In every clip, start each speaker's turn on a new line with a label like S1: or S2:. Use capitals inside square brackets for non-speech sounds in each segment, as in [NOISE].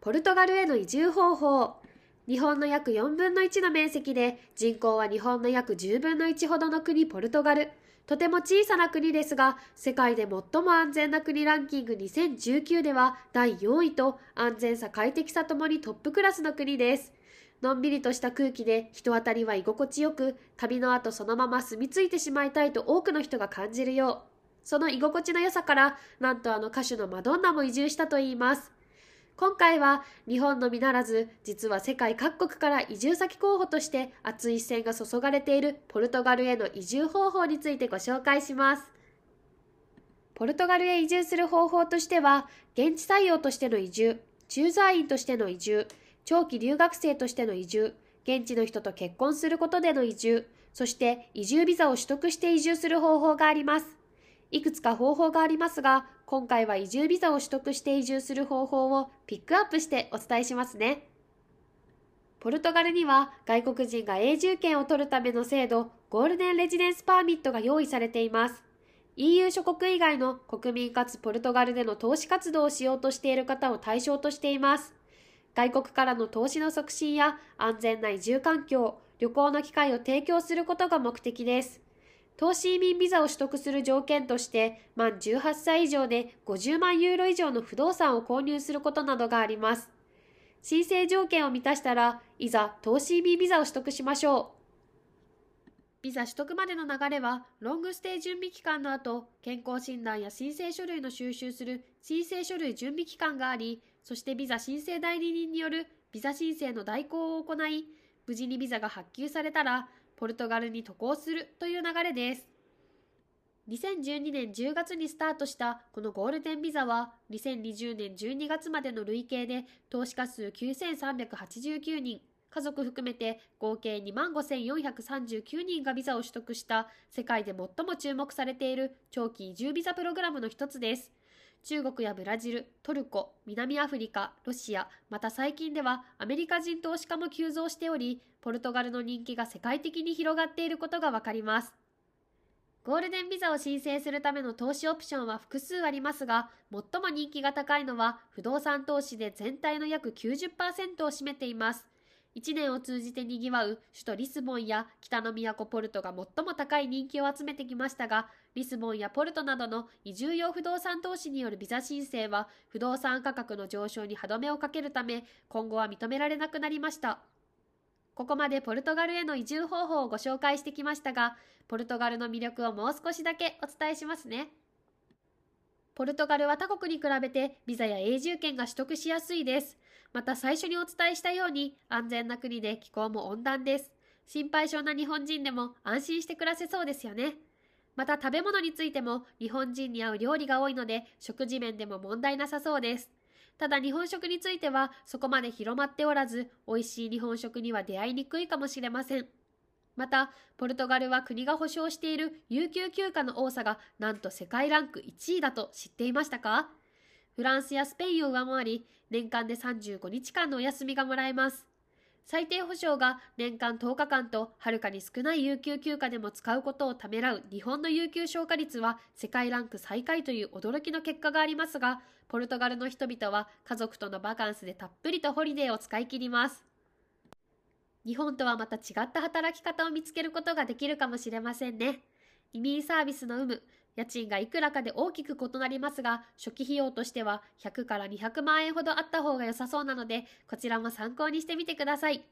S1: ポルトガルへの移住方法日本の約4分の1の面積で人口は日本の約10分の1ほどの国ポルトガルとても小さな国ですが世界で最も安全な国ランキング2019では第4位と安全さ快適さともにトップクラスの国ですのんびりとした空気で人当たりは居心地よく旅の後そのまま住み着いてしまいたいと多くの人が感じるようその居心地の良さからなんとあの歌手のマドンナも移住したといいます今回は日本のみならず実は世界各国から移住先候補として熱い視線が注がれているポルトガルへの移住方法についてご紹介しますポルトガルへ移住する方法としては現地採用としての移住駐在員としての移住長期留学生としての移住現地の人と結婚することでの移住そして移住ビザを取得して移住する方法がありますいくつか方法がありますが、今回は移住ビザを取得して移住する方法をピックアップしてお伝えしますね。ポルトガルには外国人が永住権を取るための制度、ゴールデンレジデンスパーミットが用意されています。EU 諸国以外の国民かつポルトガルでの投資活動をしようとしている方を対象としています。外国からの投資の促進や安全な移住環境、旅行の機会を提供することが目的です。投資移民ビザを取得する条件として、満18歳以上で50万ユーロ以上の不動産を購入することなどがあります。申請条件を満たしたら、いざ投資移民ビザを取得しましょう。ビザ取得までの流れは、ロングステイ準備期間の後、健康診断や申請書類の収集する申請書類準備期間があり、そしてビザ申請代理人によるビザ申請の代行を行い、無事にビザが発給されたら、ポルトガルに渡航するという流れです。2012年10月にスタートしたこのゴールデンビザは2020年12月までの累計で投資家数9389人、家族含めて合計2万5439人がビザを取得した世界で最も注目されている長期移住ビザプログラムの一つです。中国やブラジル、トルコ、南アフリカ、ロシア、また最近ではアメリカ人投資家も急増しており、ポルトガルの人気が世界的に広がっていることがわかります。ゴールデンビザを申請するための投資オプションは複数ありますが、最も人気が高いのは不動産投資で全体の約90%を占めています。1年を通じてにぎわう首都リスボンや北の都ポルトが最も高い人気を集めてきましたが、リスボンやポルトなどの移住用不動産投資によるビザ申請は不動産価格の上昇に歯止めをかけるため、今後は認められなくなりました。ここまでポルトガルへの移住方法をご紹介してきましたが、ポルトガルの魅力をもう少しだけお伝えしますね。ポルトガルは他国に比べてビザや永住権が取得しやすいです。また最初にお伝えしたように安全な国で気候も温暖です。心配性な日本人でも安心して暮らせそうですよね。また食べ物についても日本人に合う料理が多いので食事面でも問題なさそうです。ただ日本食についてはそこまで広まっておらず、美味しい日本食には出会いにくいかもしれません。また、ポルトガルは国が保障している有給休暇の多さがなんと世界ランク1位だと知っていましたか？フランスやスペインを上回り、年間で35日間のお休みがもらえます。最低保障が年間10日間とはるかに少ない有給休暇でも使うことをためらう日本の有給消化率は世界ランク最下位という驚きの結果がありますが、ポルトガルの人々は家族とのバカンスでたっぷりとホリデーを使い切ります。日本とはまた違った働き方を見つけることができるかもしれませんね。移民サービスの有無、家賃がいくらかで大きく異なりますが、初期費用としては100から200万円ほどあった方が良さそうなので、こちらも参考にしてみてください。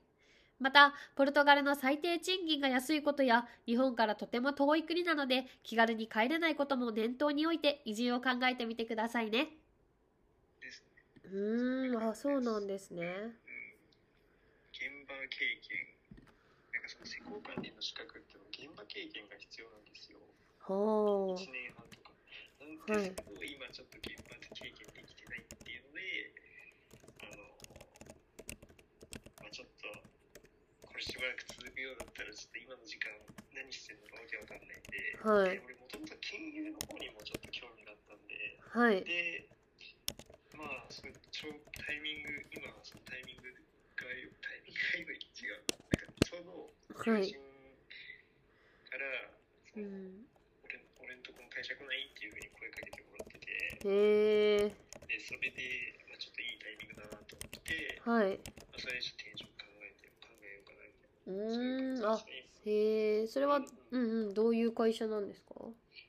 S1: また、ポルトガルの最低賃金が安いことや、日本からとても遠い国なので、気軽に帰れないことも念頭において移住を考えてみてくださいね。
S2: ですね。
S1: うーん、あ、そうなんですね。
S2: うん。現場経験。なんかその施工管理の資格っていうのは現場経験が必要なんですよ。
S1: ほ
S2: 1年半とか。なんですけど、今ちょっと現場で経験できてないっていうので、あの、まあ、ちょっと、これしばらく続くようだったら、ちょっと今の時間何してんのかわけわかんないんで、
S1: う。は
S2: で。俺もともと経営の方にもちょっと興味があったんで、
S1: はい。
S2: で、まあ、そのちょうタイミング、今はそのタイミングがよ、タイミングがよ違う。なんかちょう
S1: は
S2: ど、
S1: い
S2: 友人から、その
S1: ん。
S2: 俺俺んとこの会社来ないっていうふうに声かけてもらってて、
S1: へえ。
S2: で、それで、まあ、ちょっといいタイミングだなと思って、て、
S1: はい。
S2: まあ、それでちょっとテンション考えて考えようかなみたいな。
S1: う
S2: そういう
S1: ーん、
S2: 感
S1: あ
S2: じ、ですね
S1: へえ、それは、うんうん、どういう会社なんですか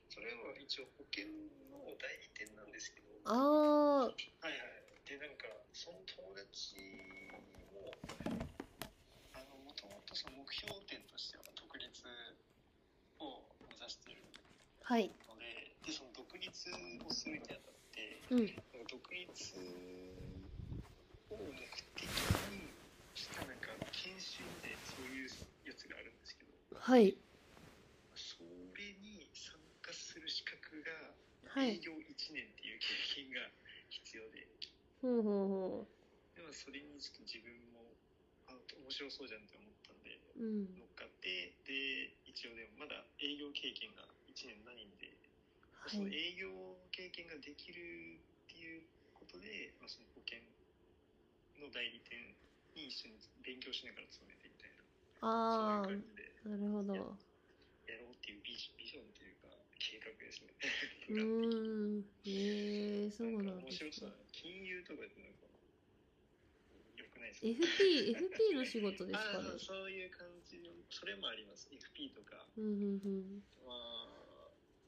S2: それは一応保険の代理店なんですけど、
S1: あ
S2: はいはい。で、なんか、その友達も、あの、もともとその目標点としては独立を目指している
S1: ー、はい。
S2: ので、で、その独立をするにあたって、
S1: うん、
S2: なんか独立を目的にしたなんか研修でそういうやつがあるんですけど、
S1: はい。
S2: それに参加する資格が
S1: はい
S2: 営業1年っていう経験が必要で、
S1: ほうほうほ
S2: でもそれにちょっと自分もあ面白そうじゃんって思ったんで
S1: う。うん、
S2: 乗っかってで一応でもまだ営業経験が1年ないんで、
S1: は
S2: その
S1: い。
S2: 営業経験ができるっていうことで、まあ、その保険の代理店に一緒に勉強しながら勤めていきたい
S1: あ
S2: なそういう感
S1: あ、
S2: じで
S1: なるほど。
S2: やろうっていうビジビジョンというか計画ですね。
S1: うーん、へえ、そう
S2: [LAUGHS]
S1: なんで
S2: 面
S1: す
S2: 白そ
S1: ね
S2: う。金融とかってなんか良くないですか
S1: FP、FP の仕事ですか
S2: あ
S1: ね
S2: あ。そういう感じのそれもあります FP とか
S1: うんうんうん。
S2: は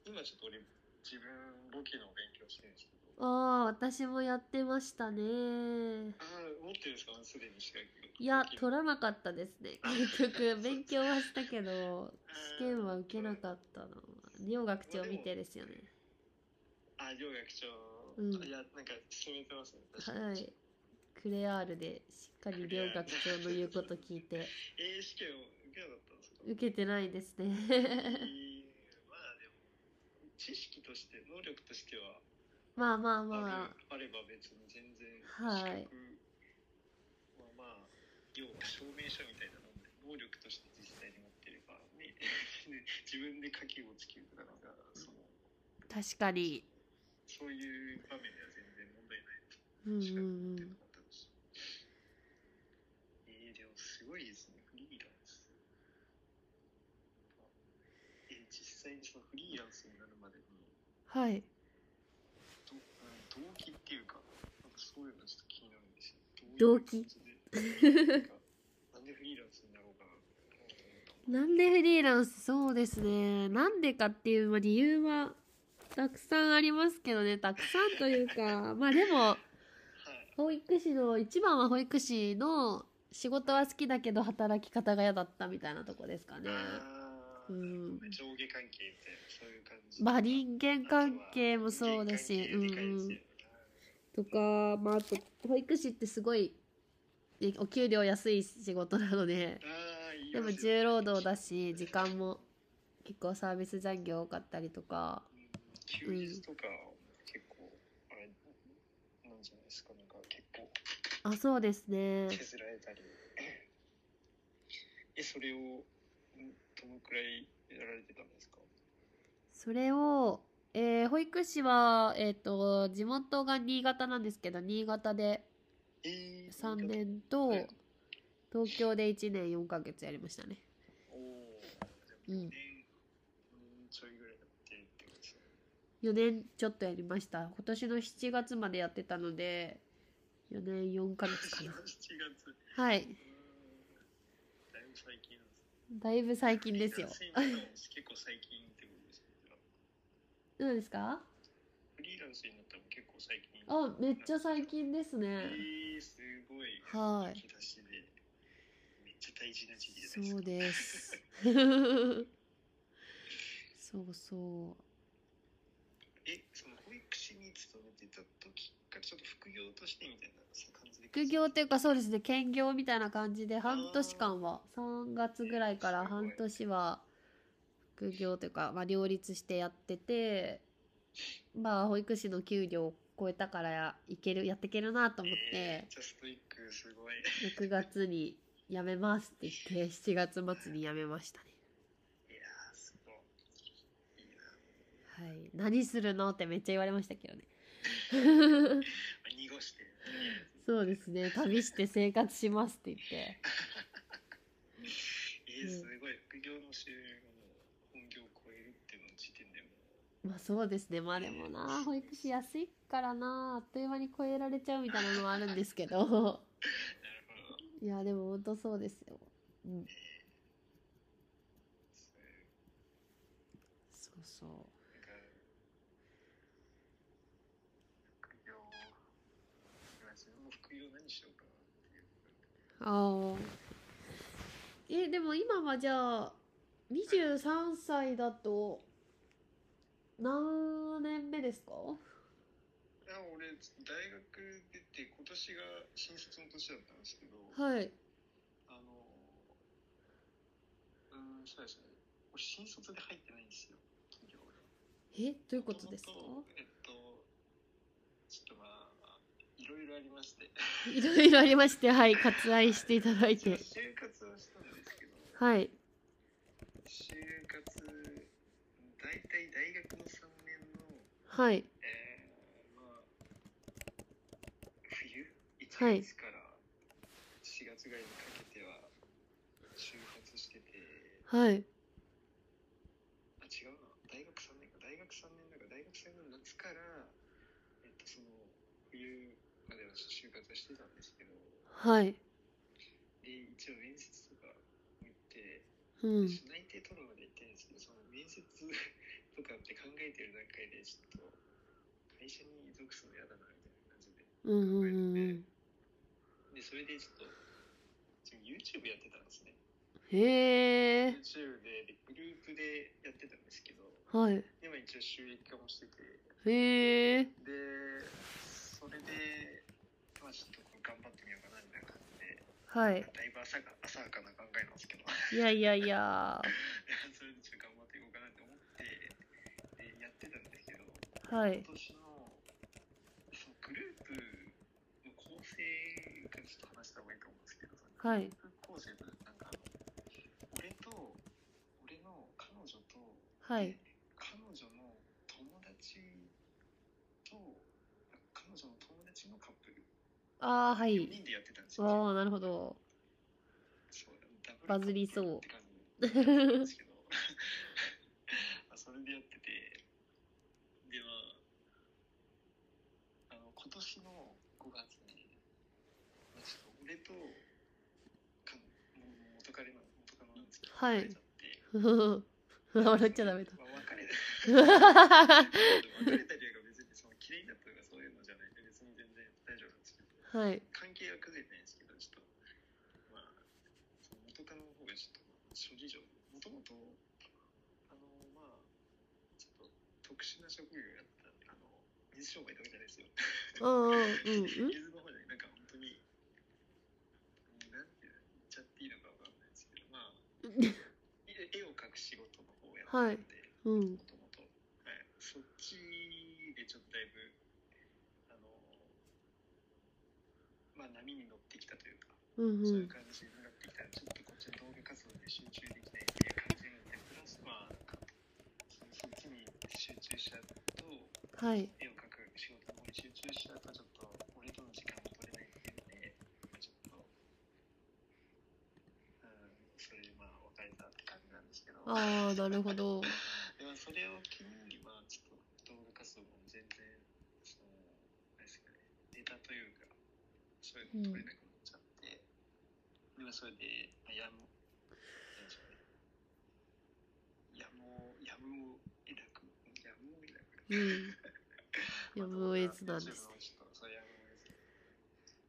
S2: 今ちょっと俺自分簿記の勉強してるんですけどあ
S1: ああ、私もやってましたね。
S2: あ持ってるんですかすでに資格
S1: いや、
S2: ら
S1: 取らなかったですね。結局、勉強はしたけど、試験は受けなかったな。両学長見てですよね。
S2: あ両学長、
S1: うん
S2: いやなんか進めてますね確かに
S1: はい。クレアールでしっかり両学長の言うこと聞いて、
S2: えー試験を受けなかったんですか
S1: 受けてないですね。 [LAUGHS]
S2: えーまあでも知識として能力としては
S1: まあまあ
S2: あ
S1: ま
S2: るあれば別に全然
S1: はい
S2: 資格はまあ要は証明書みたいなので能力として実際に持ってればね自分で書きをつけるだろうがその
S1: あ、確かに。
S2: そういう場面では全然問題ない
S1: うんうん
S2: 資格持っ
S1: う
S2: て
S1: ん
S2: る。方だし、えー、でもすごいですねフリーランスえー実際にそのフリーランスになるまでに
S1: はい。
S2: どうん動機っていうか、なんかそういうのちょっと気になるんですよ。
S1: 動機
S2: どういう感じでなんかなんでフリーランスになろうかなって思
S1: なんでフリーランスそうですね。なんでかっていう、まあ、理由はたくさんありますけどね。たくさんという [LAUGHS] か、まあでも、
S2: ったのはい。
S1: 保育士の、一番は保育士の仕事は好きだけど働き方が嫌だったみたいなとこですかね。
S2: あー
S1: うん
S2: 上下関係みたいな、そういう感じ。
S1: まあ人間関係もそうだし、
S2: 人
S1: うん
S2: 間関係でかいで
S1: う
S2: す
S1: ん
S2: よ。。
S1: とか、まああと、保育士ってすごい、ねお給料安い仕事なので、
S2: [LAUGHS] あー言い
S1: でも
S2: ますよ
S1: 重労働だし、時間も結構サービス残業多かったりとか、
S2: うん休日とか、結構、あれ、なんじゃないですか、なんか結構
S1: あ、そうですね。
S2: 削られたり。え、それを、んどのくらいやられてたんですか
S1: それを、えー保育士は、えっ、と、地元が新潟なんですけど、新潟で
S2: えー
S1: 3年と、東京で1年4ヶ月やりましたね。
S2: おお、
S1: う
S2: うんん、うんちょいぐらいやってるってことですね。
S1: 4年ちょっとやりました。今年の7月までやってたので、4年4ヶ月か
S2: 7
S1: な。
S2: 月、
S1: はい。
S2: うーんだいぶ最近なんですね。
S1: だいぶ最近 [LAUGHS] ですよ。
S2: フリーランスになったのも
S1: どうですか
S2: 結構最近ってことですね。フリーランスになったのも結構最近。
S1: あ、めっちゃ最。近です
S2: え
S1: ね。
S2: ー、すごい。
S1: はい
S2: 引き出しで。めっちゃ大事な時期じゃないですか。
S1: そう [LAUGHS] です。そうそ
S2: え、その保育士に勤めてた時からちょっと副業としてみたいなそういう感じで。
S1: う。副業っていうかそうですね、兼業みたいな感じで半年間は、3月ぐらいから半年は副業というか、まあ両立してやってて、まあ保育士の給料を超えたからや、いける、やっていけるなと思っ
S2: えーめ
S1: て
S2: っ、ちゃストイック、すごい。
S1: 6月に辞めますって言って、7月末に辞めましたね。
S2: いやー、すごい。いいな。
S1: はい。何するのってめっちゃ言われましたけどね。
S2: まあ、濁して、とり
S1: そ
S2: あえず
S1: うですね。旅して生活しますって言って。
S2: えー、すごい、副業の収入がもう本業を超えるっていうの時点でもう
S1: [LAUGHS] まあそうですねまあでもな保育士安いからなあっという間に超えられちゃうみ [LAUGHS] たいなのはあるんですけど
S2: なるほど。
S1: いやでも本当そうですようん
S2: そう
S1: そうそう
S2: なんか、副業、今自分も副業何しようかなっ
S1: あ
S2: ていう。
S1: あえでも今はじゃあ23歳だと何年目ですか
S2: あ俺、大学出て、今年が新卒の年だったんですけど、
S1: はい
S2: あの、うーん、そうですね。俺、新卒で入ってないんですよ、企業が。
S1: えどういうことですか
S2: 元々えっと、ちょっとまあ、いろいろありまして、
S1: いろいろありましてはい割愛していただい
S2: 一応
S1: て
S2: 就活をしたんですけど、
S1: はい
S2: 就活、大体大学の3年の、
S1: はい
S2: えー、まあ、冬
S1: はい
S2: 1月から4月ぐらいにかけては、就活してて、
S1: はい
S2: あ、違うな、大学3年か、大学3年だから、大学3年の夏から、えっと、その、冬までは就活してたんですけど、
S1: はい
S2: で、一応面接とか行って、
S1: うん
S2: 内定取るまで行ってるんですけど、その面接とかって考えてる段階で、ちょっと、会社に属すの嫌だな、みたいな
S1: うんうんうんうん
S2: 感じで。で、それでちょっと、自分 YouTube やってたんですね。
S1: へえ
S2: YouTube で、でグループでやってたんですけど、
S1: はい
S2: 今一応収益化もしてて、
S1: へえ
S2: で、それで、まあちょっとこう頑張ってみようかな、みたいな感じで、
S1: はい
S2: だいぶ浅か浅はかな考えなんですけど、
S1: いやいやいや
S2: [LAUGHS] それでちょっと頑張っていこうかなって思って、で、やってたんですけど、
S1: はい
S2: 今年の、そのグループの構成からちょっと話した方がいいと思うんですけど、その
S1: はい
S2: 高校生となんかあの俺と俺の彼女と、
S1: はい
S2: 彼女の友達と彼女の友達のカップル
S1: ああは
S2: 4
S1: い
S2: 人でやってたんですよ、
S1: ああなるほど [LAUGHS]
S2: そうダブル
S1: バズりそう
S2: カップルって感じなんですけどまあそれでやっててでまああの今年の5月に、まあ、ちょっと俺とかもう元彼の元カノなんですけど、
S1: はい
S2: 別
S1: 笑
S2: れちゃって
S1: っちゃダメだ。 [LAUGHS]
S2: まあ別れた別れた理由が別にその綺麗になったとかそういうのじゃないんで別に全然大丈夫なんですけど
S1: はい。
S2: 関係は崩れてないんですけどちょっとまあその元カノの方がちょっとまあ諸事情もともとあのまあちょっと特殊な職業やったあの水商売とかじゃないですよ
S1: うんうんうんうん。
S2: 水の方じゃないなんか本当になんて言っちゃっていいのかわかんないですけどま
S1: [LAUGHS]
S2: あ絵を描く仕事の方をやってたんで、
S1: うん
S2: もともと、はい、そっちでちょっとだいぶあのまあ波に乗ってきたというか、
S1: うんう。
S2: そういうん感じになってきたらちょっとこっちの動画活動に集中できないっていう感じになってプラスまあそそっちに集中しちゃうと
S1: はい。
S2: 絵を描く仕事の方に集中しちゃうとちょっと俺との時間も取れないっていうので、まあ、ちょっと、うん、それでまあ別れたって感じなんですけど。
S1: ああ、なるほど。
S2: でもそれを機に、まあ、ちょっと動画活動も全然、その、なんですかね、ネタというか、そういうの取れなくなっちゃって、でもそれで、まあ、やむ、なんでしょうね、やむを、やむを得なく、やむを得なく。
S1: うん。やむを得ずなんですね。
S2: YouTube もちょっと、そう、やむを得ず。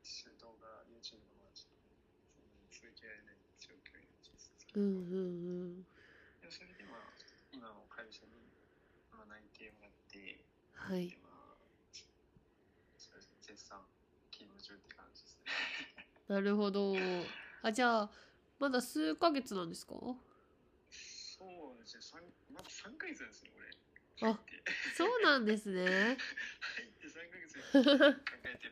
S2: 一緒に動画、YouTube のまあちょっと、そんなに続けられない状況になっちゃっ
S1: うんう
S2: て
S1: んうん。
S2: でそれでまあ今の会社に、まあ、内定もらって、
S1: は
S2: で
S1: い。
S2: まあそうですね絶賛勤務中って感じですね
S1: なるほど。あ、じゃあ、まだ数ヶ月なんですか
S2: そうですね三まだ3ヶ月なんですよ俺
S1: あ
S2: 入って
S1: そうなんですね。
S2: 入って3ヶ月考えてる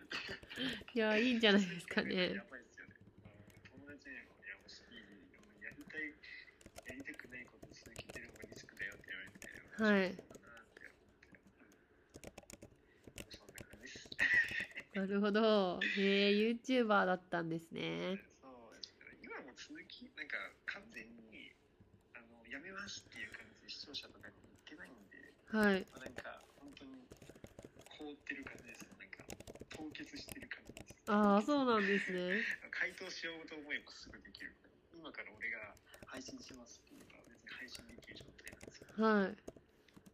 S1: いや、いいんじゃないですかね
S2: や。ばいですよねあの友達にもいやもういいよもうやりたいやりたくないこと続けてる方がリスクだよって言われて
S1: はい
S2: そうだなって思ってうんそんな感じです
S1: なるほど。へえ、YouTuber だったんですね。
S2: そうですね。今も続き、なんか完全に、あの、やめますっていう感じで視聴者とかに言ってないんで、
S1: はい。
S2: まあなんか本当に凍ってる感じですなんか凍結してる感じです
S1: ああ、そうなんですね。
S2: 回答しようと思えばすぐできる今から俺が配信しますって言えば別に配信できる状態なんですよ
S1: はい。
S2: まあはい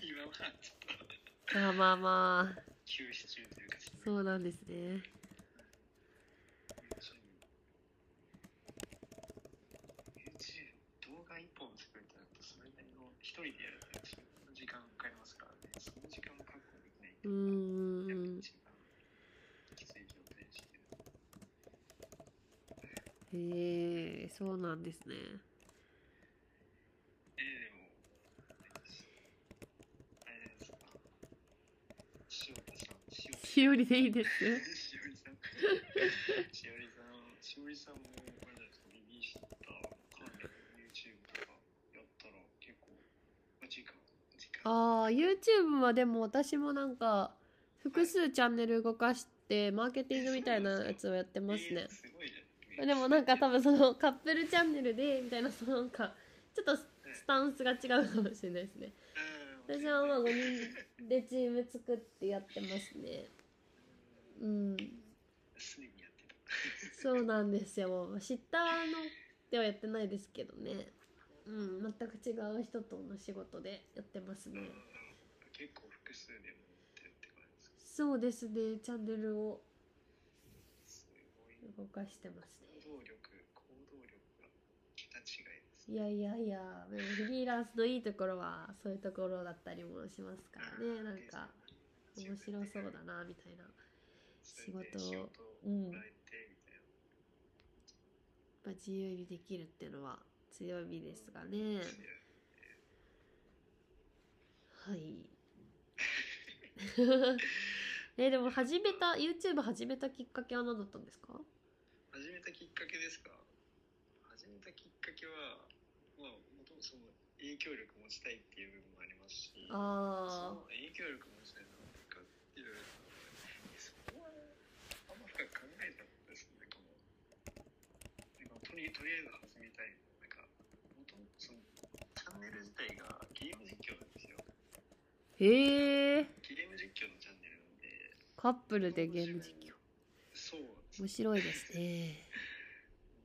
S2: [LAUGHS] 今はちょっと
S1: あまあまあ、
S2: 休止中というか
S1: そうなんですね。
S2: YouTube 動画1本作るってなるとそれなりの一人でやるってそれなりの時間かかりますからねその時間を確保できないって
S1: う
S2: いうのが
S1: んうんう
S2: やっぱ
S1: ん。
S2: 一番きつい状態にしてる
S1: へえ、そうなんですね。
S2: えー、でもあれですか塩田さん塩田
S1: しおりでいいです。
S2: しおりさん。しおりさん、しおりさんも、あれじゃないですか、ビビした関連の YouTube とかやったら結構、まあ、時間、時間。
S1: ああ、YouTube はでも私もなんか、複数チャンネル動かして、マーケティングみたいなやつをやってますね
S2: えー。すごいじゃん。
S1: でもなんか多分
S2: 分。
S1: そのカップルチャンネルで、みたいな、そのなんか、ちょっとススタンスが違うかもしれないですね。
S2: うん
S1: 私はまあ5人でチーム作ってやってますね。うん。
S2: すでにやってた。
S1: そうなんですよ。知ったのではやってないですけどね。うん、全く違う人との仕事でやってます
S2: うん
S1: ね。
S2: 結構複数でもってって感じです
S1: そうですね、チャンネルを
S2: すごい。
S1: 動かしてますね。
S2: 行動力、行動力が桁違いです。
S1: いやいやいや、でもフリーランスのいいところはそういうところだったりもしますからね。なんか面白そうだな、みたいな。仕事を
S2: うん。もらえてみたいな
S1: まあ、自由にできるっていうのは強みですがね。 [LAUGHS] はい。えでも始めた YouTube 始めたきっかけは何だったんですか
S2: 始めたきっかけですか始めたきっかけは、まあ、もともとその影響力持ちたいっていう部分もありますし、
S1: あ
S2: その影響力持ちたいのは何かっていうのは、そこはあんま深く考えたことですね、この。なんかとりとりあえず始めたい。なんか、もともとそのチャンネル自体がゲーム実況なんですよ。
S1: へえ
S2: ゲーム実況のチャンネルなんで、
S1: カップルでゲーム実況
S2: そうなんです
S1: 面白いですね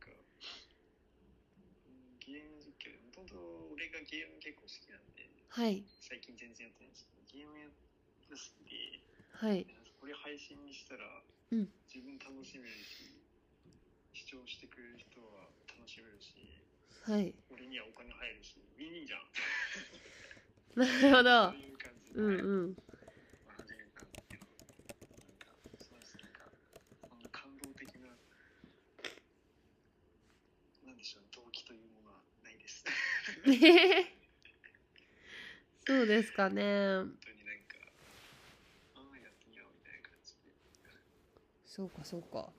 S2: なんか、うんゲーム実況で、もともと俺がゲーム結構好きなんで、
S1: はい
S2: 最近全然やってないんですけど、ゲームや好
S1: はい
S2: きで、なんかこれ配信にしたら、
S1: うん
S2: 自分楽しめるし、視聴してくれる人は楽しめるし、
S1: はい
S2: 俺にはお金入るし、ウィンウィンじゃん
S1: [LAUGHS] なるほど
S2: という感じで、
S1: うん
S2: ま
S1: うん [LAUGHS]
S2: あ始めたんですけど、なんか、そうです、なんか、そんな感動的な、なんでしょう、動機というものはないです。
S1: えへへそうですかね
S2: 本当になんか、ああ、やってみようみたいな感じで。
S1: そうかそうか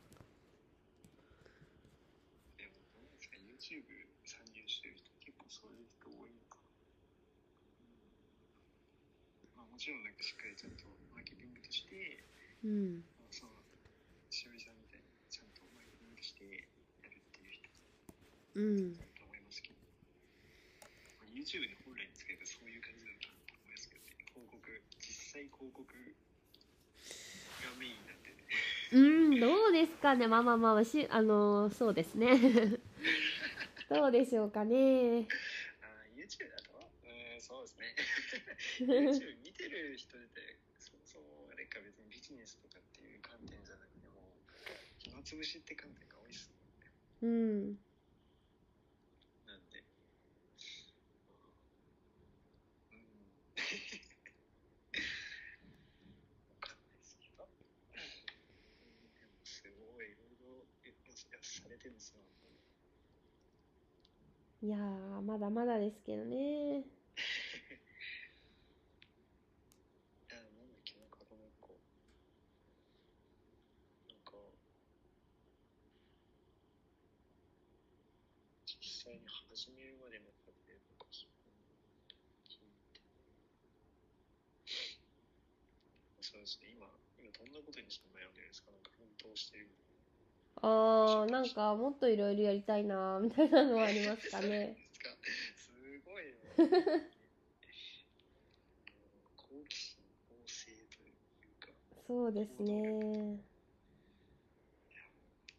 S2: でも、どうですか、YouTube 参入してる人、結構そういう人多いのかな。うんまあ、もちろん、なんかしっかりちゃんとマーケティングとして、
S1: うん
S2: まあ、その、しおりさんみたいにちゃんとマーケティングしてやるっていう人
S1: うん
S2: だと思いますけど、まあ、YouTube で本来に使えばそういう感じなのかなと思いますけどね、広告、実際広告がメインになってて、
S1: うん、どうですかね、まあまあまあ、し、あのーそうですね。どうでしょうかね。
S2: あー YouTube だとうんそうです [LAUGHS] ね YouTube 見てる人でそもそもあれか別にビジネスとかっていう観点じゃなくても暇つぶしって観点が多いっすもん
S1: う
S2: ね
S1: ん、
S2: なんでうんわかんないですけどうんでもすごいいろいろされてるんですよ
S1: いやー、まだまだですけどね。
S2: あなんだっけなんかごめんこうなんか実際に始めるまでの過程とかそこ聞いてそうですね今今どんなことにして悩んでるんですかなんか奮闘してる [LAUGHS]
S1: あー、なんか、もっといろいろやりたいなー、みたいなのはありますかね。
S2: すごいね [LAUGHS] 好奇心旺盛というか、
S1: そうですね。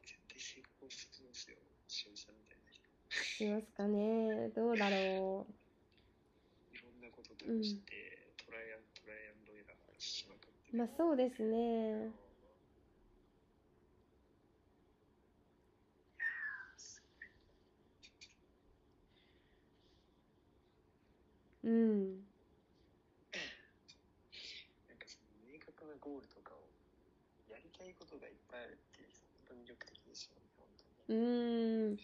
S2: 絶対成功するんですよ、しおりさんみたいな人。
S1: しますかね。どうだろう。
S2: いろんなこと試して、トライアントライアンドエラーしまくって。
S1: まあそうですね。うん。
S2: なんかその明確なゴールとかをやりたいことがいっぱいあるっていう人、本当に魅力的ですよね、本当に。
S1: うーん。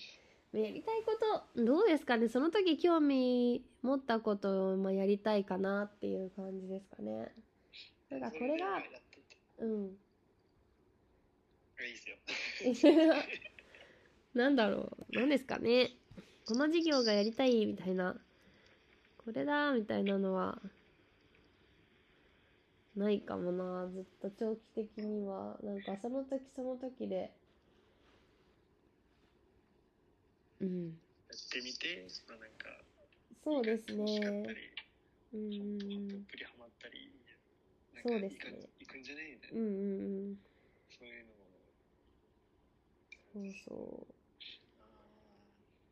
S1: やりたいこと、どうですかね。その時興味持ったことをまあやりたいかなっていう感じですかね。なんかこれが
S2: そでやってて
S1: うん。 [LAUGHS]
S2: いいですよ。
S1: なんだろう。なんですかね。この授業がやりたいみたいな。これだみたいなのは。ないかもな。ずっと長期的には。なんかその時その時で。うん。
S2: やってみて、まあなんか、
S1: そうです
S2: 楽しかっ
S1: ね
S2: た。り、
S1: うんう
S2: ち
S1: ん
S2: ょっとど
S1: う
S2: っ
S1: ん。
S2: ぷりハマったり、なん
S1: そ
S2: か
S1: うですね
S2: いい感じいくんじゃないみたい
S1: うんう
S2: な、
S1: んうん。
S2: そういうの
S1: そ
S2: も。
S1: うそ
S2: あ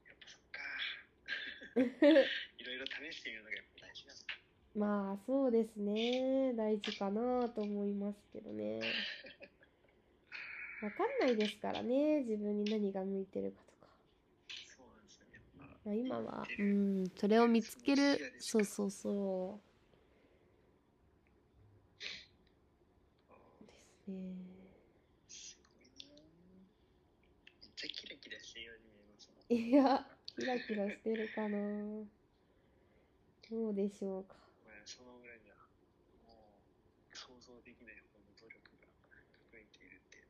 S2: ーやっぱそっか。いろいろ試してみるのがやっぱ大事なんだ。
S1: う。まあそうですね。大事かなと思いますけど [LAUGHS] ね。わかんないですからね。自分に何が向いてるかとか。
S2: そうなんですよね。やっぱ
S1: まあ、今は、
S2: 見
S1: う
S2: てる
S1: ん、それを見つける。そうそうそ
S2: あ
S1: う。
S2: ー
S1: ですね。
S2: すごいな。めっちゃキラキラしてるように見えますもん。
S1: いや、キラキラしてるかな。どうでしょうか。
S2: まあ、その裏には、もう、想像できないほどの努力が隠れているっていう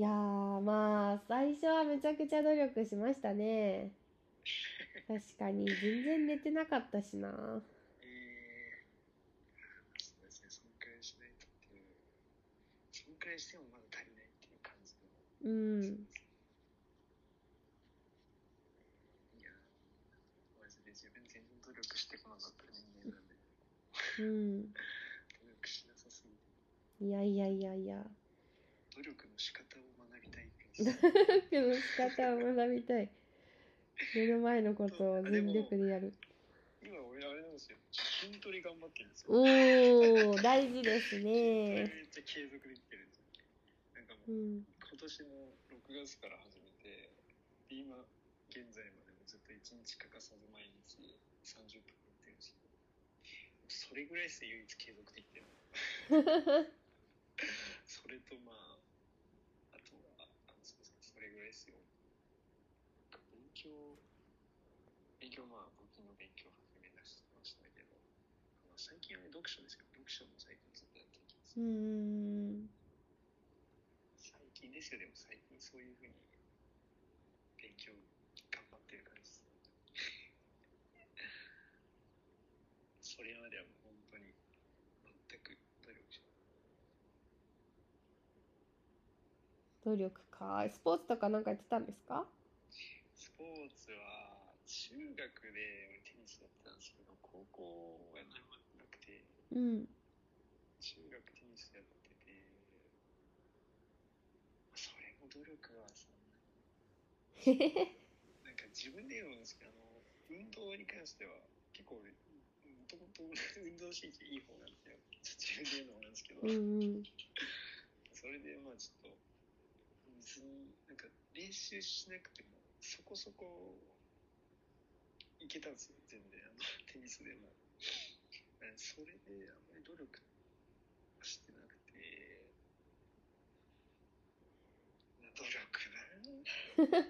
S2: の
S1: や
S2: はい
S1: ー、まあ、最初はめちゃくちゃ努力しましたね。確かに、全然寝てなかったしな。
S2: えー、そうですね、そんくらいしないとっていう、そんくらいしてもまだ足りないっていう感じ
S1: うん。
S2: の。いやー、マジで自分全然努力してこなかった人間なんで、
S1: うん。
S2: 努力しなさすぎて、
S1: いやいやいやいや。
S2: 努力の仕方を学びたいです。そ
S1: 努
S2: う
S1: 力の仕方を学びたい。目の前のことを全力でやる。
S2: 今俺あれなんですよ、筋トレ頑張ってるんですよ。
S1: おー、大事です
S2: そ
S1: ね。
S2: れめっちゃ継続できてるんですよ。なんかも
S1: う
S2: う
S1: ん。
S2: 今年の6月から始めて、で今現在までもずっと1日欠かさず毎日30分やってるし、それぐらいですよ、唯一継続できてるのそれとまあ、あとは、あそうですね、それぐらいですよ。なんか勉強、勉強まあ、簿記の勉強を始め出してましたけど、まあ、最近はね、読書ですけど、読書も最近ずっとやってきます
S1: う。ん。
S2: 最近ですよ、でも最近そういうふうに勉強頑張ってる感じです。それまではもう本当に全く努力しない。
S1: 努力か。スポーツとかなんかやってたんですか
S2: スポーツは中学でテニスやってたんですけど、高校はやらなくて、
S1: うん。
S2: 中学テニスやってて、それも努力はそんなに
S1: へへへ。
S2: なんか自分で言うんですけど、あの運動に関しては結構俺、もともと運動神経いい方なんですよ。ちょっと自分で言うのもなんですけど、
S1: うんうん。
S2: それでまあちょっと、別になんか練習しなくてもそこそこいけたんですよ、全然。あのテニスでも。えそれであんまり努力はしてなくて、努力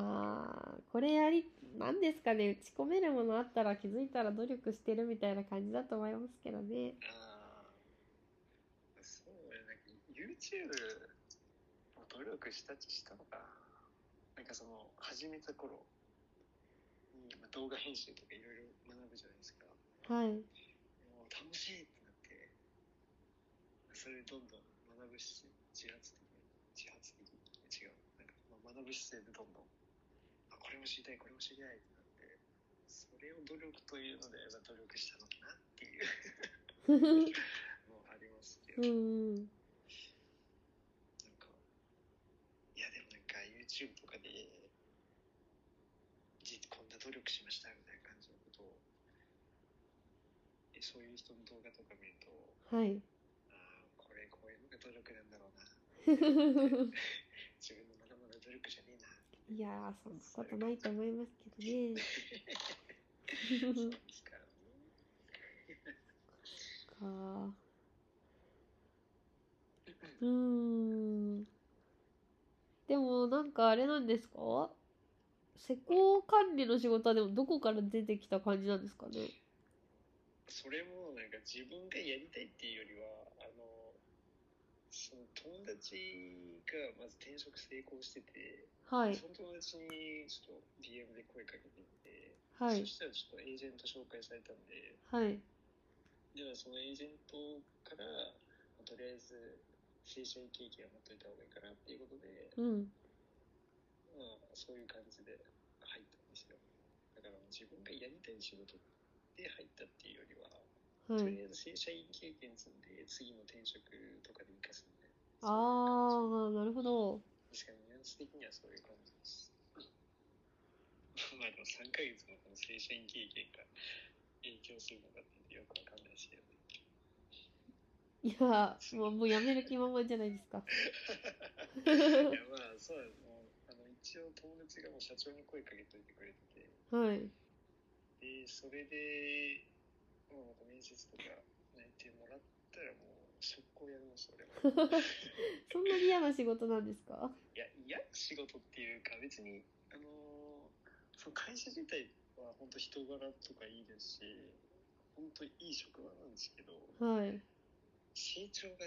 S2: な
S1: まあ、これやり、なんですかね。打ち込めるものあったら気づいたら努力してるみたいな感じだと思いますけどね。
S2: ああ、そうね、なんか YouTube を努力したちしたのかな。なんかその、始めた頃に、まあ、動画編集とかいろいろ学ぶじゃないですか。
S1: はい。 [LAUGHS]
S2: もう楽しいってなって、それでどんどん学ぶ姿勢、自発的に、自発的に違う。なんかまあ学ぶ姿勢でどんどんあこれも知りたいこれも知りたいってなってそれを努力というのであれば努力したのかなっていうのはありますけど、
S1: う
S2: なん
S1: ん
S2: かいやでもなんか YouTube とかでじこんな努力しましたみたいな感じのことをえそういう人の動画とか見ると
S1: はい [LAUGHS]
S2: ああこれこういうのが努力なんだろうな自分のまだまだ努力じゃね
S1: [LAUGHS]
S2: えな
S1: いやーそんなことないと思いますけどね
S2: そうですからね
S1: かうーんでもなんかあれなんですか施工管理の仕事はでもどこから出てきた感じなんですかね
S2: それもなんか自分がやりたいっていうよりはあのその友達がまず転職成功してて、
S1: はい
S2: その友達にちょっと DM で声かけていって、
S1: はい
S2: そしたらちょっとエージェント紹介されたんで
S1: はい
S2: ではそのエージェントからとりあえず正社員経験は持っといた方がいいかなっていうことで、
S1: うん
S2: まあ、そういう感じで入ったんですよだからもう自分がやりたい仕事で入ったっていうよりは
S1: は
S2: と
S1: い
S2: りあえず正社員経験積んで次の転職とかで生かすんで
S1: ああなるほど
S2: 確かにニュアンス的にはそういう感じですまあでも3ヶ月のこの正社員経験が影響するのかってよくわかんないですけどね
S1: いやもうもうやめる気ままじゃないですか
S2: いやまあそうだもうあの一応友達がもう社長に声かけといてくれてて
S1: はい
S2: でそれでもうなんか面接とか内定もらったらもう速攻やりました俺は
S1: そんなに嫌な仕事なんですか
S2: いや、嫌な仕事っていうか、別に、あのーその会社自体は本当人柄とかいいですし、本当いい職場なんですけど、
S1: はい
S2: 成長がな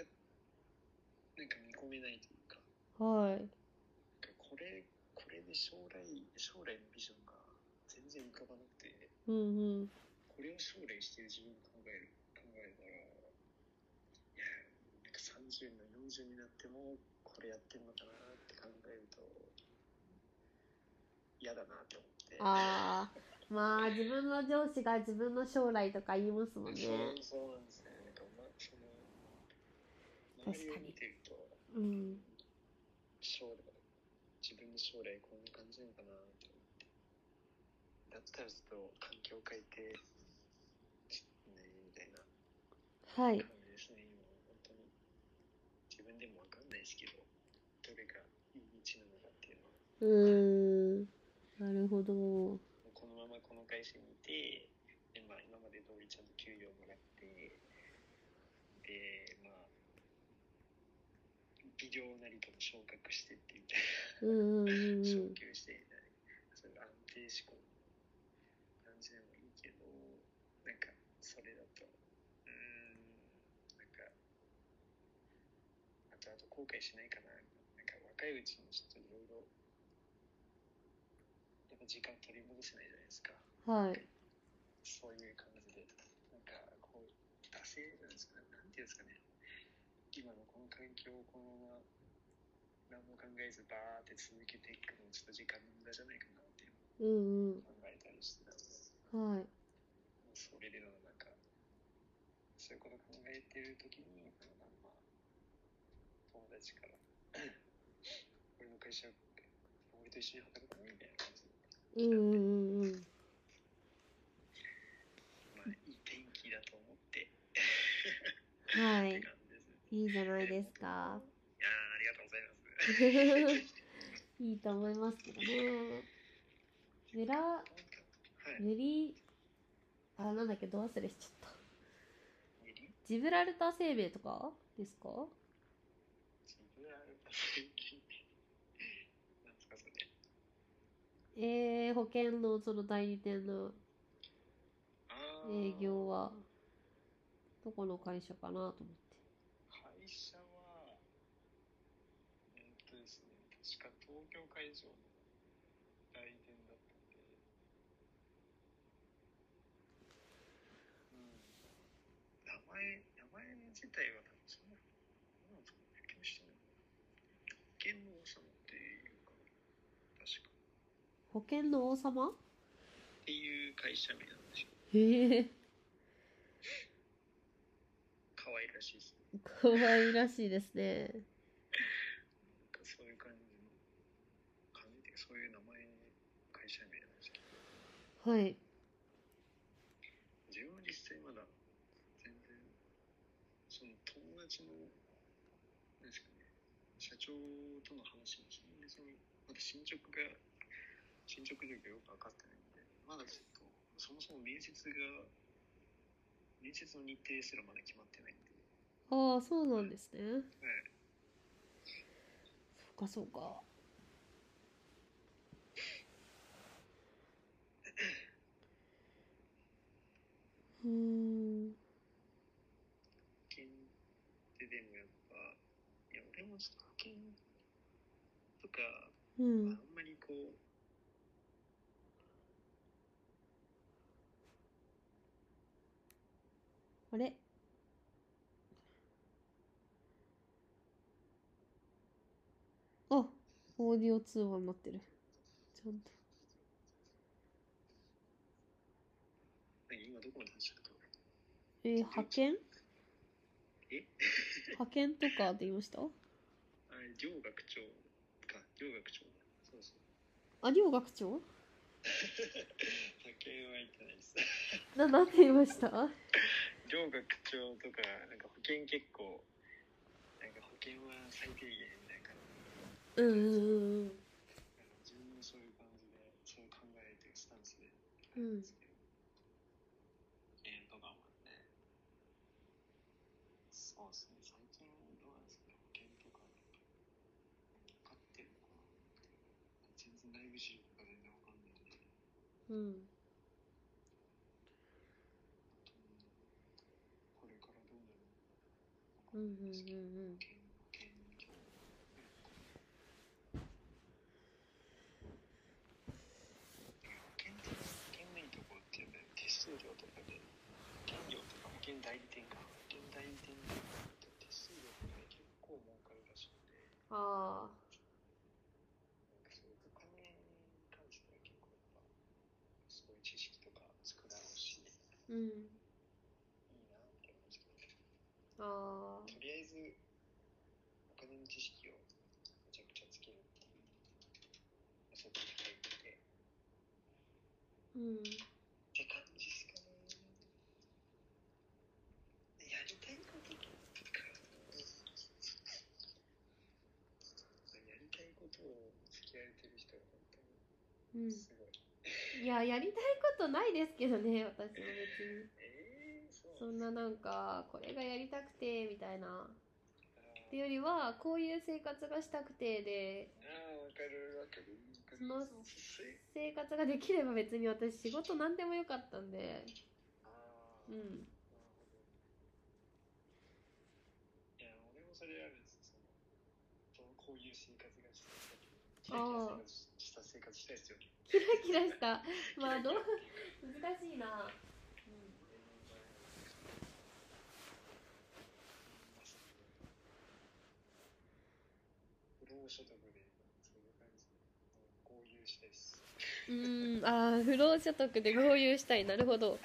S2: んか見込めないというか、
S1: はい
S2: なんかこれ、これで将来、将来のビジョンが全然浮かばなくて、
S1: うんうん
S2: これを将来してる自分を考える、考えたら、いや、なんか30の40になっても、これやってんのかなって考えると、嫌だなって思って。
S1: ああまあ自分の上司が自分の将来とか言いますもんね
S2: そうそうなんですね。なんか、ま、その、周りを見てると、
S1: うん
S2: 将来、自分の将来こんな感じなのかなって思って。だったらちょっと環境変えて、ちょっとね、みたいな。
S1: はい
S2: 感じですね、今、本当に。自分でもわかんないですけど、どれがいい道なのかってい
S1: うー
S2: うのは、
S1: んなるほど
S2: もうこのままこの会社にいて、でまあ、今まで通りちゃんと給料もらって、で、まあ、微量なりとも昇格してってみたい
S1: うんうんうんう
S2: な、昇
S1: ん
S2: 給してみたいな、そういう安定志向の感じでもいいけど、なんか、それだと、うーん、なんか、あとあと後悔しないかな。なんか若いうちにちょっといろいろ、やっぱ時間取り戻せないじゃないですか。
S1: はい
S2: そういう感じで、なんかこう、惰性なんですかね、なんていうんですかね、今のこの環境をこのまま何も考えずバーって続けていくのもちょっと時間の無駄じゃないかなっていう
S1: うん
S2: のを考えたりしてたの
S1: うんはい
S2: で、それでのなんか、そういうこと考えてるときに、あのまあ、友達から、俺の会社、俺と一緒に働くのみたいな感じ
S1: うんうんうんうん
S2: で、まあ、いい天気だと思って、
S1: は
S2: って
S1: い
S2: 感じですね。
S1: いいじゃないですか
S2: いやーありがとうございます。
S1: [LAUGHS] いいと思いますけどねメラ
S2: はい。
S1: メリあなんだっけど忘れしちゃった
S2: メリ
S1: ジブラルタ生命とかですか
S2: ジブラルタ宣言なんですかそれ。
S1: えー、保険のその代理店の
S2: あ
S1: 営
S2: ー
S1: 業。はどこの会社かなと思って
S2: 会社は、えーっとですね、確か東京会場の代理店だったんで、うん。名前、名前自体は多分そんな、なんですかね、普及してない。保険の王様っていうか、確か。
S1: は保険の王様
S2: ていう会社名なんですよ。
S1: へえ
S2: 可愛らしいですね。
S1: 可愛らしいですね
S2: なんかそういう感じの、感じで、そういう名前、会社名なんですけど、
S1: はい
S2: 自分は実際まだ、全然、その友達の、なんですかね、社長との話もそんなにその、まだ進捗が、進捗状況よく分かってないんで、まだちょっと、そもそも面接が、面接の日程すらまだ決まってないんで、
S1: ああそうなんですね
S2: はい。
S1: そうかそうかうーん
S2: 保険ってでもやっぱいや俺もちょっと保険とか、
S1: う
S2: まあ
S1: ん
S2: あんまりこう
S1: あれあオーディオ通話になってるちゃんと
S2: 何今どこまで話しちゃった
S1: えー派遣
S2: え
S1: 派遣とかって言いました
S2: あれ両学長か両学長そうそう
S1: あ両学長
S2: 派遣は行ってないです
S1: ななんて言いました
S2: 両学長とかなんか保険結構なんか保険は最低限みたいな感
S1: う
S2: じ
S1: んうんうん
S2: なんか自分もそういう感じでそういう考えてるスタンスで
S1: うん
S2: すけど保険とかもねそうですね最近どうなんですかね保険とか分かってるのかなって全然内部資料とか全然わかんないんで
S1: うん
S2: 本当にこれからどうなるのか
S1: うんうんうんうん
S2: ですけど保険保険業保険って保険のいいところってやっぱり手数料とかで保険料とか保険代理店か保険代理店とかって手数料とかで結構儲かるらしいんで
S1: ああ
S2: なんかそういうお金に関しては結構やっぱそういう知識とか作られるしいい
S1: うん
S2: なって思うんですけど
S1: あ
S2: とりあえずお金の知識をめちゃくちゃつけるっていう遊びに入ってて
S1: うん
S2: って感じですかね。やりたいこととか、やりたいことを付き合えてる人は本当
S1: う
S2: に
S1: ん
S2: すごい。
S1: いややりたいことないですけどね私も別に
S2: えー、そう
S1: そんななんかこれがやりたくてみたいな
S2: あ
S1: っていうよりはこういう生活がしたくてで
S2: あ、わかるわかる。わかる
S1: その
S2: うそうそう
S1: 生活ができれば別に私仕事なんでもよかったんで
S2: あー
S1: う
S2: なる
S1: ん [LAUGHS]
S2: ほどいや、俺もそれあるんですそのそのこういう生活がしたいですよ。キラキラ生活した生活したいですよ。
S1: キラキラしたまあどう [LAUGHS] 難しいな、
S2: 不労所得で、そういう感じ。合流したいです。
S1: うん、ああ不労所得で合流したいなるほど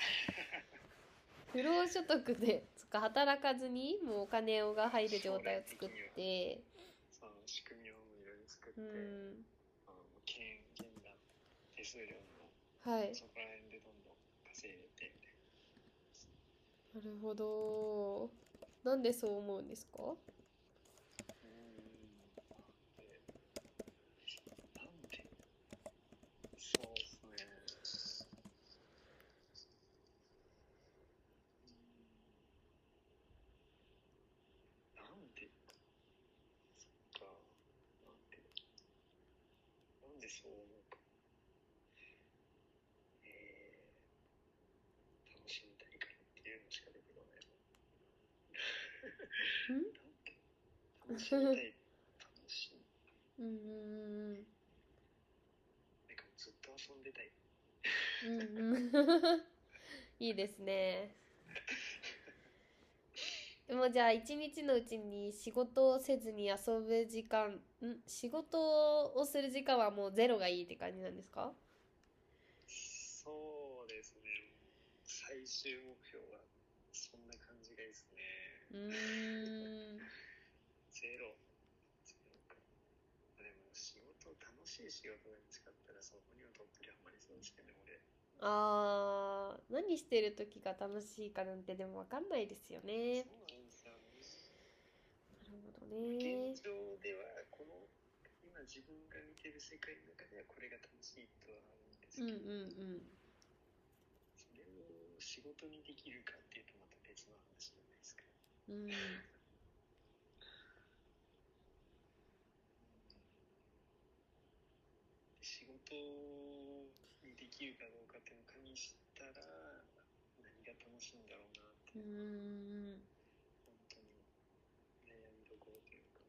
S1: 不労所得でつか働かずにもうお金が入る状態を作って
S2: その仕組みをいろいろ作って、
S1: う
S2: うん、
S1: ん
S2: 権限だ、手数料も、
S1: はい
S2: そこら辺でどんどん稼いでって、
S1: なるほどなんでそう思うんですか
S2: うーんなんでそうっすね。うーんなんでそっか。なんでなんでそう思うか。えー、楽しみたいからっていうのしかできない。楽しみたい。楽しみ。
S1: うんうん
S2: なんかもうずっと遊んでたい。
S1: うんうんいいですねもうじゃあ一日のうちに仕事をせずに遊ぶ時間ん仕事をする時間はもうゼロがいいって感じなんですか
S2: そうですね。最終目標はそんな感じがいいです
S1: う
S2: ね。
S1: ーん
S2: ゼロ。ゼロかでも仕事、楽しい仕事が見つかったらそこにはどっぷりハマりそうですけど、俺。
S1: あー何してる時が楽しいかなんてでも分かんないですよね
S2: そうなんですよ
S1: なる
S2: ね。
S1: ほどね
S2: 現状では、この今自分が見てる世界の中ではこれが楽しいとは思うんです
S1: うんうんう
S2: けど、
S1: ん
S2: それを仕事にできるかっていうとまた別の話じゃないですか。
S1: うん
S2: 仕事にできるかどうかっていうのを加味したら何が楽しいんだろうなって
S1: う
S2: いう
S1: ー
S2: のは
S1: ん
S2: 本当に悩みどころというか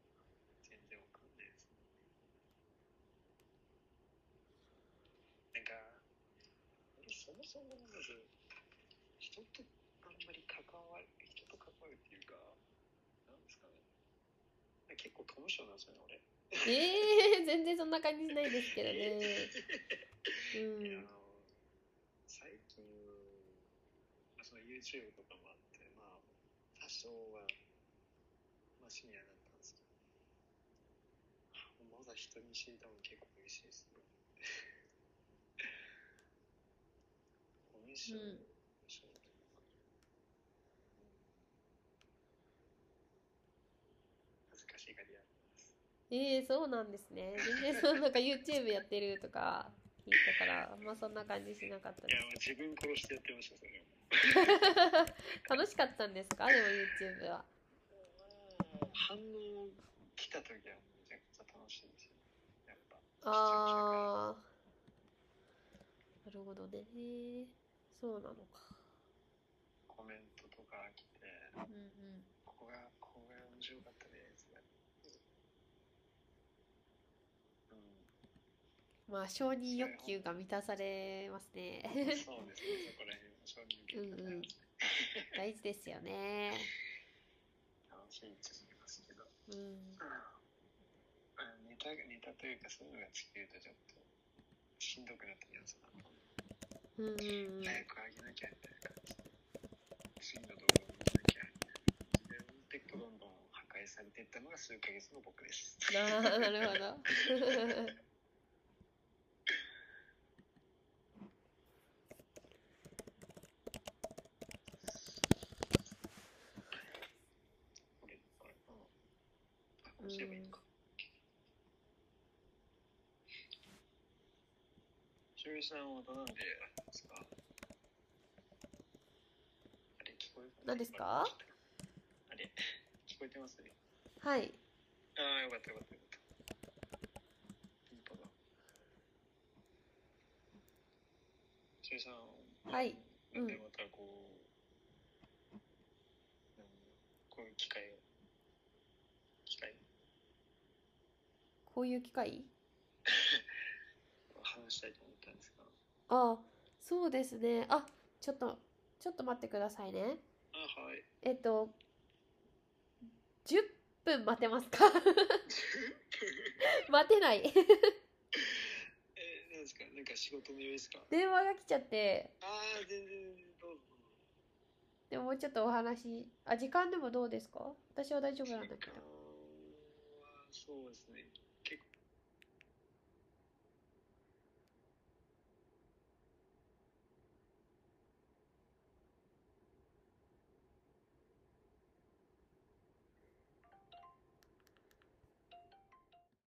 S2: 全然わかんないですねなんか俺そもそもまず人とあんまり関わる人と関わるっていうかなんですかね結構コミュ障なんですよね俺
S1: えー、全然そんな感じしないですけどね
S2: いやあの最近、まあ、その YouTube とかもあって、まあ、多少は、まあ、シニアだったんですけど、まだ人に知りたいの結構嬉
S1: [LAUGHS]
S2: しいですね。コミュ障
S1: うん
S2: 障というか恥ずかしいがり屋です。
S1: うんえー、そうなんですね全然そのなんか YouTube やってるとか聞いたからあんまそんな感じしなかった
S2: い
S1: で
S2: や、まあ自分殺してやってました、それは。
S1: す楽しかったんですかでも YouTube は
S2: 反応来た時はめちゃくちゃ楽しいですよやっぱ
S1: あーなるほどねそうなのか
S2: コメントとか来て
S1: うんうん
S2: ここがここが面白かったですうん
S1: まあ承認欲求が満たされます [LAUGHS] ね
S2: そうですねそこら辺も承認受けた
S1: うんうん大事ですよね
S2: 楽しいっちゃ好きますけど、
S1: うん
S2: うんあネタネタというかそういうのが尽きるとちょっとしんどくなってきますな
S1: うんうんうん
S2: 早く上げなきゃみたいな感じで次の動画を見なきゃみたいな感じででどんどん破壊されていったのが数ヶ月の僕です
S1: あーなるほ [LAUGHS] ど
S2: 俺あれかなあこうすればいいのかしおりさんはどなんであれですかあれ聞こえ
S1: 何ですか
S2: あれ聞こえてますね
S1: はい
S2: ああよかったよかったよかったいいパだしおりさん
S1: はい
S2: なんで
S1: うん
S2: またこう、なんだろうこういう機会を機会
S1: こういう機会
S2: を話したいと思ったんですが
S1: あそうですねあちょっとちょっと待ってくださいね
S2: あはい
S1: えっと10分待てます [LAUGHS] か待てない
S2: えなんですかなんか仕事の用ですか
S1: 電話が来ちゃって
S2: ああ全然どうぞ
S1: でももうちょっとお話あ時間でもどうですか私は大丈夫なんだけど
S2: はそうですね